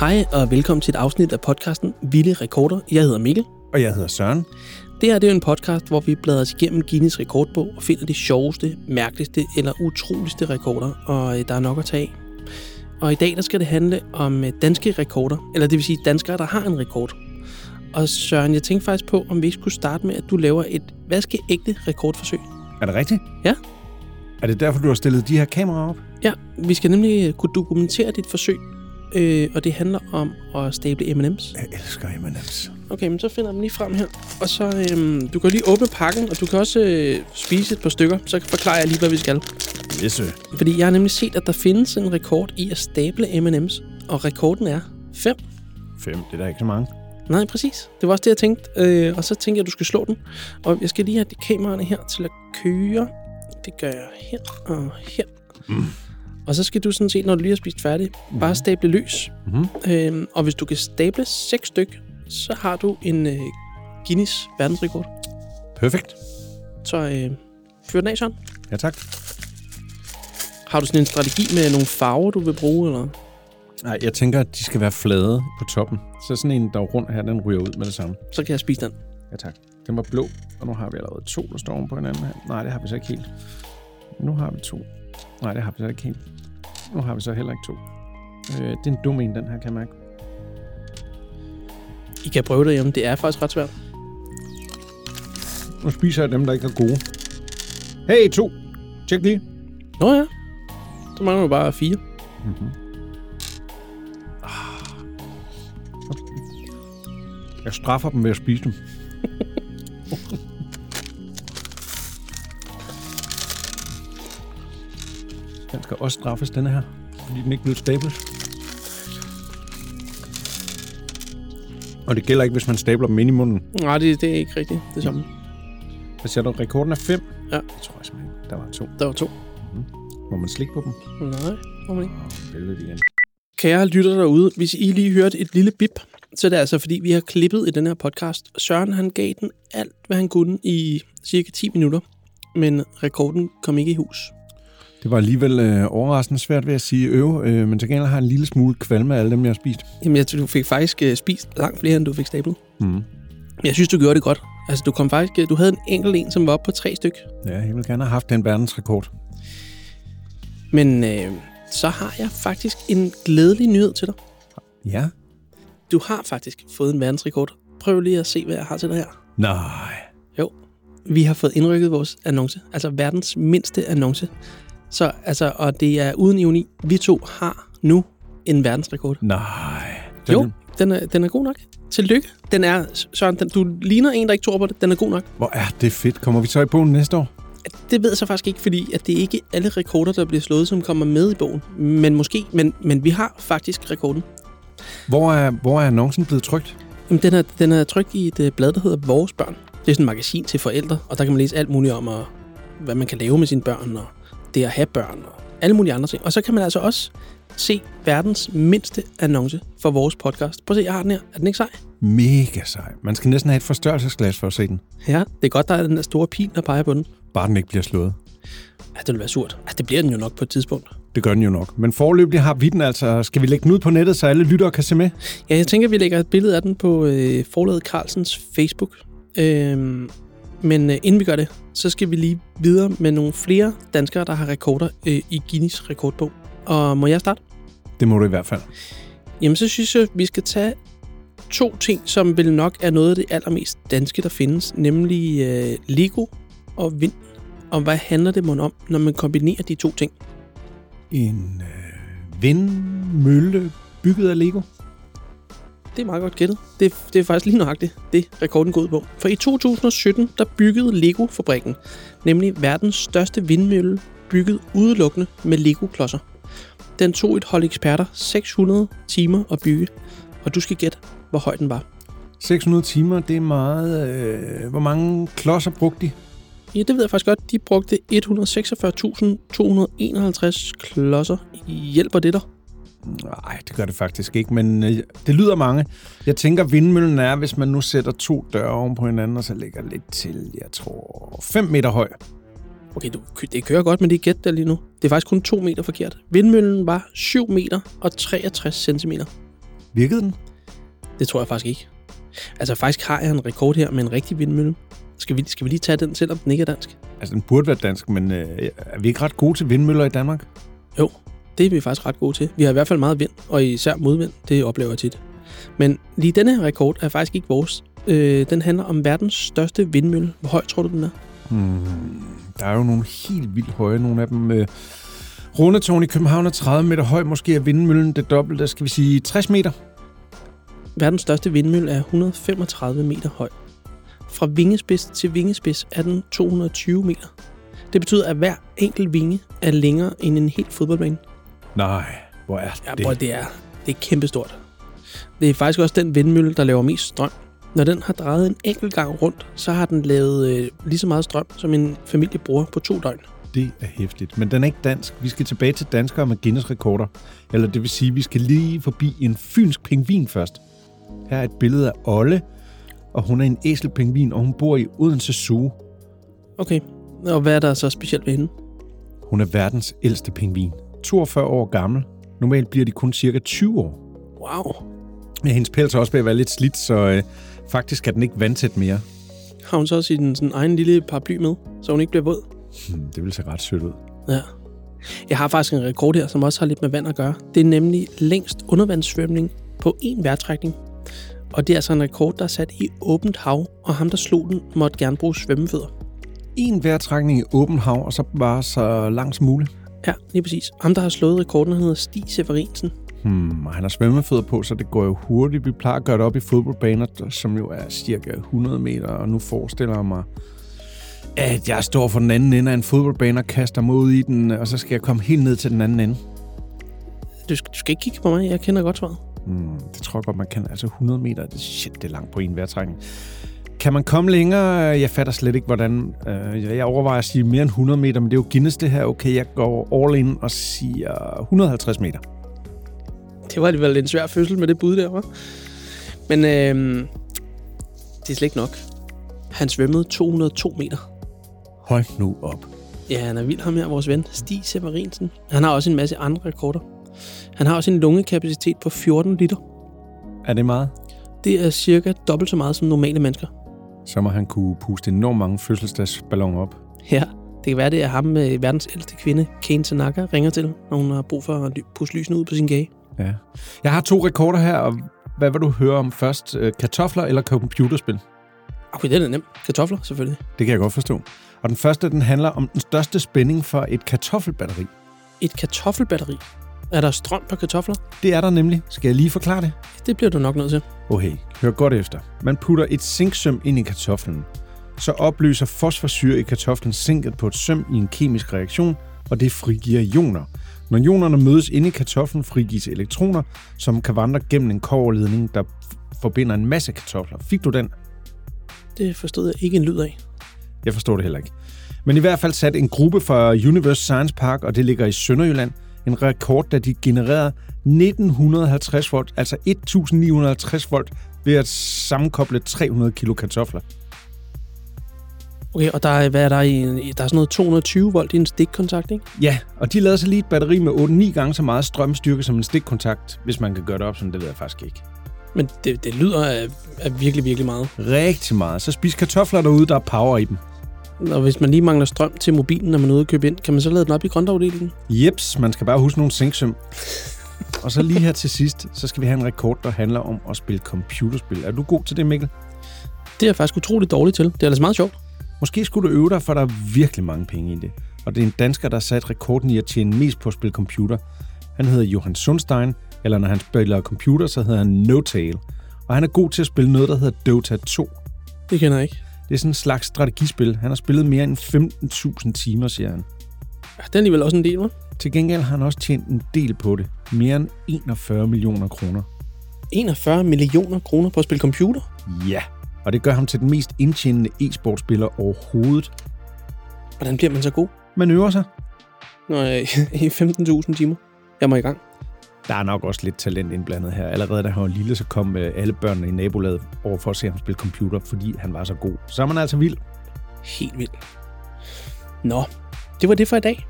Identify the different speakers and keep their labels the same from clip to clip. Speaker 1: Hej og velkommen til et afsnit af podcasten Vilde Rekorder. Jeg hedder Mikkel.
Speaker 2: Og jeg hedder Søren.
Speaker 1: Det her det er jo en podcast, hvor vi bladrer os igennem Guinness rekordbog og finder de sjoveste, mærkeligste eller utroligste rekorder, og øh, der er nok at tage af. Og i dag der skal det handle om øh, danske rekorder, eller det vil sige danskere, der har en rekord. Og Søren, jeg tænkte faktisk på, om vi ikke skulle starte med, at du laver et vaskeægte rekordforsøg.
Speaker 2: Er det rigtigt?
Speaker 1: Ja.
Speaker 2: Er det derfor, du har stillet de her kameraer op?
Speaker 1: Ja, vi skal nemlig øh, kunne dokumentere dit forsøg, øh, og det handler om at stable M&M's.
Speaker 2: Jeg elsker M&M's.
Speaker 1: Okay, men så finder jeg dem lige frem her. Og så, øhm, du kan lige åbne pakken, og du kan også øh, spise et par stykker. Så forklarer jeg lige, hvad vi skal.
Speaker 2: Yes,
Speaker 1: Fordi jeg har nemlig set, at der findes en rekord i at stable M&M's. Og rekorden er 5.
Speaker 2: Fem, det er da ikke så mange.
Speaker 1: Nej, præcis. Det var også det, jeg tænkte. Øh, og så tænkte jeg, at du skal slå den. Og jeg skal lige have de kameraerne her til at køre. Det gør jeg her og her. Mm. Og så skal du sådan set, når du lige har spist færdig, mm. bare stable løs.
Speaker 2: Mhm.
Speaker 1: Øh, og hvis du kan stable seks styk, så har du en øh, Guinness verdensrekord.
Speaker 2: Perfekt.
Speaker 1: Så øh, fyr den af, Søren.
Speaker 2: Ja, tak.
Speaker 1: Har du sådan en strategi med nogle farver, du vil bruge? Eller?
Speaker 2: Nej, jeg tænker, at de skal være flade på toppen. Så sådan en, der er rund her, den ryger ud med det samme.
Speaker 1: Så kan jeg spise den.
Speaker 2: Ja, tak. Den var blå, og nu har vi allerede to, der står oven på hinanden her. Nej, det har vi så ikke helt. Nu har vi to. Nej, det har vi så ikke helt. Nu har vi så heller ikke to. Øh, det er en dum en, den her, kan jeg mærke.
Speaker 1: I kan prøve det hjemme. Det er faktisk ret svært.
Speaker 2: Nu spiser jeg dem, der ikke er gode. Hey, to! Tjek lige.
Speaker 1: Nå ja. Så mangler du bare fire.
Speaker 2: Jeg straffer dem ved at spise dem. den skal også straffes, denne her. Fordi den ikke blev stablet. Og det gælder ikke, hvis man stabler dem ind i munden.
Speaker 1: Nej, det, det er ikke rigtigt det samme.
Speaker 2: Hvad siger du? Rekorden er fem?
Speaker 1: Ja.
Speaker 2: Jeg tror jeg simpelthen, ikke. der var to.
Speaker 1: Der var to.
Speaker 2: Må man slikke på dem?
Speaker 1: Nej, må man ikke.
Speaker 2: Åh, helvede igen.
Speaker 1: Kære lytter derude, hvis I lige hørte et lille bip, så er det altså fordi, vi har klippet i den her podcast. Søren han gav den alt, hvad han kunne i cirka 10 minutter, men rekorden kom ikke i hus.
Speaker 2: Det var alligevel øh, overraskende svært ved at sige øv, øh, men til gengæld har jeg en lille smule kvalme af alle dem, jeg har spist.
Speaker 1: Jamen, jeg du fik faktisk øh, spist langt flere, end du fik stablet.
Speaker 2: Mm.
Speaker 1: Men jeg synes, du gjorde det godt. Altså, du kom faktisk... øh, Du havde en enkelt en, som var oppe på tre styk.
Speaker 2: Ja, jeg vil gerne have haft den verdensrekord.
Speaker 1: Men øh, så har jeg faktisk en glædelig nyhed til dig.
Speaker 2: Ja?
Speaker 1: Du har faktisk fået en verdensrekord. Prøv lige at se, hvad jeg har til dig her.
Speaker 2: Nej.
Speaker 1: Jo, vi har fået indrykket vores annonce. Altså verdens mindste annonce. Så altså, og det er uden ironi. Vi to har nu en verdensrekord.
Speaker 2: Nej. Den,
Speaker 1: Jo, den er, den er god nok. Tillykke. Den er, Søren, den, du ligner en, der ikke tror på det. Den er god nok.
Speaker 2: Hvor er det fedt. Kommer vi så i bogen næste år?
Speaker 1: Det ved jeg så faktisk ikke, fordi at det er ikke alle rekorder, der bliver slået, som kommer med i bogen. Men måske, men, men vi har faktisk rekorden.
Speaker 2: Hvor er, hvor er annoncen blevet trygt?
Speaker 1: Jamen, den er, den er trykt i et øh, blad, der hedder Vores Børn. Det er sådan et magasin til forældre, og der kan man læse alt muligt om, og hvad man kan lave med sine børn, og det at have børn, og alle mulige andre ting. Og så kan man altså også se verdens mindste annonce for vores podcast. Prøv at se, jeg har den her. Er den ikke sej?
Speaker 2: Mega sej. Man skal næsten have et forstørrelsesglas for at se den.
Speaker 1: Ja, det er godt, der er den der store pil, der peger på den.
Speaker 2: Bare den ikke bliver slået.
Speaker 1: Ja, det vil være surt. Altså, det bliver den jo nok på et tidspunkt.
Speaker 2: Det gør den jo nok. Men forløbig har vi den altså. Skal vi lægge den ud på nettet, så alle lyttere kan se med?
Speaker 1: Ja, jeg tænker, vi lægger et billede af den på øh, forladet Carlsens Facebook. Øhm, men øh, inden vi gør det, så skal vi lige videre med nogle flere danskere, der har rekorder øh, i Guinness rekordbog. Og må jeg starte?
Speaker 2: Det må du i hvert fald.
Speaker 1: Jamen, så synes jeg, vi skal tage to ting, som vel nok er noget af det allermest danske, der findes, nemlig øh, Lego og vind. Og hvad handler det mon om, når man kombinerer de to ting?
Speaker 2: En øh, vindmølle bygget af Lego.
Speaker 1: Det er meget godt gættet. Det, det er faktisk lige nøjagtigt det, rekorden går ud på. For i 2017, der byggede Lego-fabrikken, nemlig verdens største vindmølle, bygget udelukkende med Lego-klodser. Den tog et hold eksperter 600 timer at bygge, og du skal gætte, hvor høj den var.
Speaker 2: 600 timer, det er meget... Øh, hvor mange klodser brugte de?
Speaker 1: Ja, det ved jeg faktisk godt. De brugte 146.251 klodser. Hjælper det dig?
Speaker 2: Nej, det gør det faktisk ikke, men øh, det lyder mange. Jeg tænker, vindmøllen er, hvis man nu sætter to døre oven på hinanden, og så lægger lidt til, jeg tror, 5 meter høj.
Speaker 1: Okay, du, det kører godt, men det er gæt der lige nu. Det er faktisk kun 2 meter forkert. Vindmøllen var 7 meter og 63 centimeter.
Speaker 2: Virkede den?
Speaker 1: Det tror jeg faktisk ikke. Altså, faktisk har jeg en rekord her med en rigtig vindmølle. Skal vi, skal vi lige tage den, selvom den ikke er dansk?
Speaker 2: Altså, den burde være dansk, men øh, er vi ikke ret gode til vindmøller i Danmark?
Speaker 1: Jo, det er vi faktisk ret gode til. Vi har i hvert fald meget vind, og især modvind, det oplever jeg tit. Men lige denne her rekord er faktisk ikke vores. Øh, den handler om verdens største vindmølle. Hvor høj tror du, den er?
Speaker 2: Hmm.
Speaker 3: Der er jo nogle helt vildt høje, nogle af dem. Øh, Rundetårn i København er 30 meter høj, måske er vindmøllen det dobbelte, skal vi sige 60 meter.
Speaker 1: Verdens største vindmølle er 135 meter høj. Fra vingespids til vingespids er den 220 meter. Det betyder, at hver enkelt vinge er længere end en hel fodboldbane.
Speaker 2: Nej, hvor er
Speaker 1: Ja,
Speaker 2: det?
Speaker 1: bror, det er, det er kæmpestort. Det er faktisk også den vindmølle, der laver mest strøm. Når den har drejet en enkelt gang rundt, så har den lavet øh, lige så meget strøm, som en familie bruger på to døgn.
Speaker 2: Det er hæftigt. Men den er ikke dansk. Vi skal tilbage til danskere med Guinness-rekorder. Eller det vil sige, at vi skal lige forbi en fynsk pingvin først. Her er et billede af Olle, og hun er en æselpingvin, og hun bor i Odense Zoo.
Speaker 1: Okay, og hvad er der så specielt ved hende?
Speaker 2: Hun er verdens ældste pingvin. 42 år gammel. Normalt bliver de kun cirka 20 år.
Speaker 1: Wow,
Speaker 2: Men hendes pels er også ved at være lidt slidt, så øh, faktisk er den ikke vandtæt mere.
Speaker 1: har hun så også sin sådan, egen lille paraply med, så hun ikke bliver våd?
Speaker 2: Hmm, det vil se ret sødt ud.
Speaker 1: Ja. Jeg har faktisk en rekord her, som også har lidt med vand at gøre. Det er nemlig længst undervandssvømning på én vejrtrækning. Og det er altså en rekord, der er sat i åbent hav, og ham, der slog den, måtte gerne bruge svømmefødder.
Speaker 3: En vejrtrækning i åben hav, og så bare så langt som muligt.
Speaker 1: Ja, lige præcis. Ham, der har slået rekorden, han hedder Stig Severinsen.
Speaker 2: Hmm, og han har svømmefødder på, så det går jo hurtigt. Vi plejer at gøre det op i fodboldbaner, der- som jo er cirka 100 meter, og nu forestiller jeg mig, at jeg står for den anden ende af en fodboldbane og kaster mig ud i den, og så skal jeg komme helt ned til den anden ende.
Speaker 1: Du, sk- du skal ikke kigge på mig, jeg kender godt svaret.
Speaker 2: Hmm, det tror jeg godt, man kan. Altså 100 meter, det, shit, det er langt på en vejrtrækning. Kan man komme længere? Jeg fatter slet ikke, hvordan... Øh, jeg- jeg overvejer at sige mere end 100 meter, men det er jo Guinness det her. Okay, jeg går all in og siger 150 meter.
Speaker 1: Det var alligevel en svær fødsel med det bud der, var. Men øhm, det er slet ikke nok. Han svømmede 202 meter.
Speaker 2: Hold nu op.
Speaker 1: Ja, han er vild ham her, vores ven, Stig Severinsen. Han har også en masse andre rekorder. Han har også en lungekapacitet på 14 liter.
Speaker 2: Er det meget?
Speaker 1: Det er cirka dobbelt så meget som normale mennesker.
Speaker 2: så må han kunne puste enormt mange fødselsdagsballoner op.
Speaker 1: Ja, det kan være, det er ham med verdens ældste kvinde, Kane Tanaka, ringer til, når hun har brug for at ly- pusse lysene ud på sin kage.
Speaker 2: Ja. Jeg har to rekorder her, og hvad vil du høre om først? Øh, Kartofler eller computerspil?
Speaker 1: Okay, det er nemt. Kartofler, selvfølgelig.
Speaker 2: Det kan jeg godt forstå. Og den første, den handler om den største spænding for et kartoffelbatteri.
Speaker 1: Et kartoffelbatteri. Er der strøm på kartofler?
Speaker 2: Det er der nemlig. Skal jeg lige forklare det?
Speaker 1: Det bliver du nok nødt til.
Speaker 2: Okay, hør godt efter. Man putter et zinksøm ind i kartoflen. Så opløser fosforsyre i kartoflen zinket på et søm i en kemisk reaktion, og det frigiver ioner. Når ionerne mødes inde i kartoflen, frigives elektroner, som kan vandre gennem en koverledning, der f- forbinder en masse kartofler. Fik du den?
Speaker 1: Det forstod jeg ikke en lyd af.
Speaker 2: Jeg forstår det heller ikke. Men i hvert fald satte en gruppe fra Universe Science Park, og det ligger i Sønderjylland, en rekord, da de genererede 1950 volt, altså 1950 volt, ved at sammenkoble 300 kilo kartofler.
Speaker 1: Okay, og der er, hvad er der, i, en- der er sådan noget 220 volt i en stikkontakt, ikke?
Speaker 2: Ja, og de lavede så lige et batteri med 8-9 gange så meget strømstyrke som en stikkontakt, hvis man kan gøre det op, sådan det ved jeg faktisk ikke.
Speaker 1: Men det, det lyder af, af virkelig, virkelig meget.
Speaker 2: Rigtig meget. Så spis kartofler derude, der er power i dem.
Speaker 1: Og hvis man lige mangler strøm til mobilen, når man er ude at købe ind, kan man så lade den op i grøntafdelingen?
Speaker 2: Jeps, man skal bare huske nogle sinksøm. og så lige her til sidst, så skal vi have en rekord, der handler om at spille computerspil. Er du god til det, Mikkel?
Speaker 1: Det er jeg faktisk utroligt dårligt til. Det er altså meget sjovt.
Speaker 2: Måske skulle du øve dig, for der er virkelig mange penge i det. Og det er en dansker, der har sat rekorden i at tjene mest på at spille computer. Han hedder Johan Sundstein, eller når han spiller computer, så hedder han No Tail. Og han er god til at spille noget, der hedder Dota 2.
Speaker 1: Det kender jeg ikke.
Speaker 2: Det er sådan en slags strategispil. Han har spillet mere end 15.000 timer, siger han.
Speaker 1: Ja, det er alligevel også en del, hva'?
Speaker 2: Til gengæld har han også tjent en del på det. Mere end 41 millioner kroner.
Speaker 1: 41 millioner kroner på at spille computer?
Speaker 2: Ja, og det gør ham til den mest indtjenende e-sportspiller overhovedet.
Speaker 1: Hvordan bliver man så god?
Speaker 2: Man øver sig.
Speaker 1: Nå, øh, i 15.000 timer. Jeg må i gang.
Speaker 2: Der er nok også lidt talent indblandet her. Allerede da han var lille, så kom øh, alle børnene i nabolaget over for at se ham spille computer, fordi han var så god. Så er man altså vild.
Speaker 1: Helt vildt. Nå, det var det for i dag.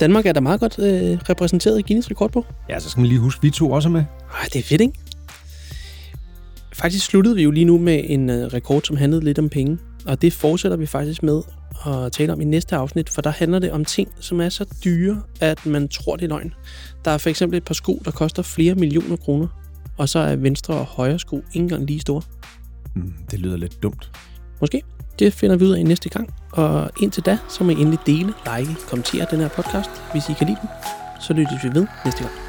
Speaker 1: Danmark er da meget godt øh, repræsenteret i Guinness rekordbog.
Speaker 2: Ja, så skal man lige huske, vi to også er med.
Speaker 1: Ej, det er fedt, ikke? Faktisk sluttede vi jo lige nu med en øh, rekord, som handlede lidt om penge. Og det fortsætter vi faktisk med at tale om i næste afsnit, for der handler det om ting, som er så dyre, at man tror, det er løgn. Der er for eksempel et par sko, der koster flere millioner kroner, og så er venstre og højre sko ikke engang lige store.
Speaker 2: Mm, det lyder lidt dumt.
Speaker 1: Måske. Det finder vi ud af næste gang. Og indtil da, så må I endelig dele, like, kommentere den her podcast, hvis I kan lide den. Så lyttes vi ved næste gang.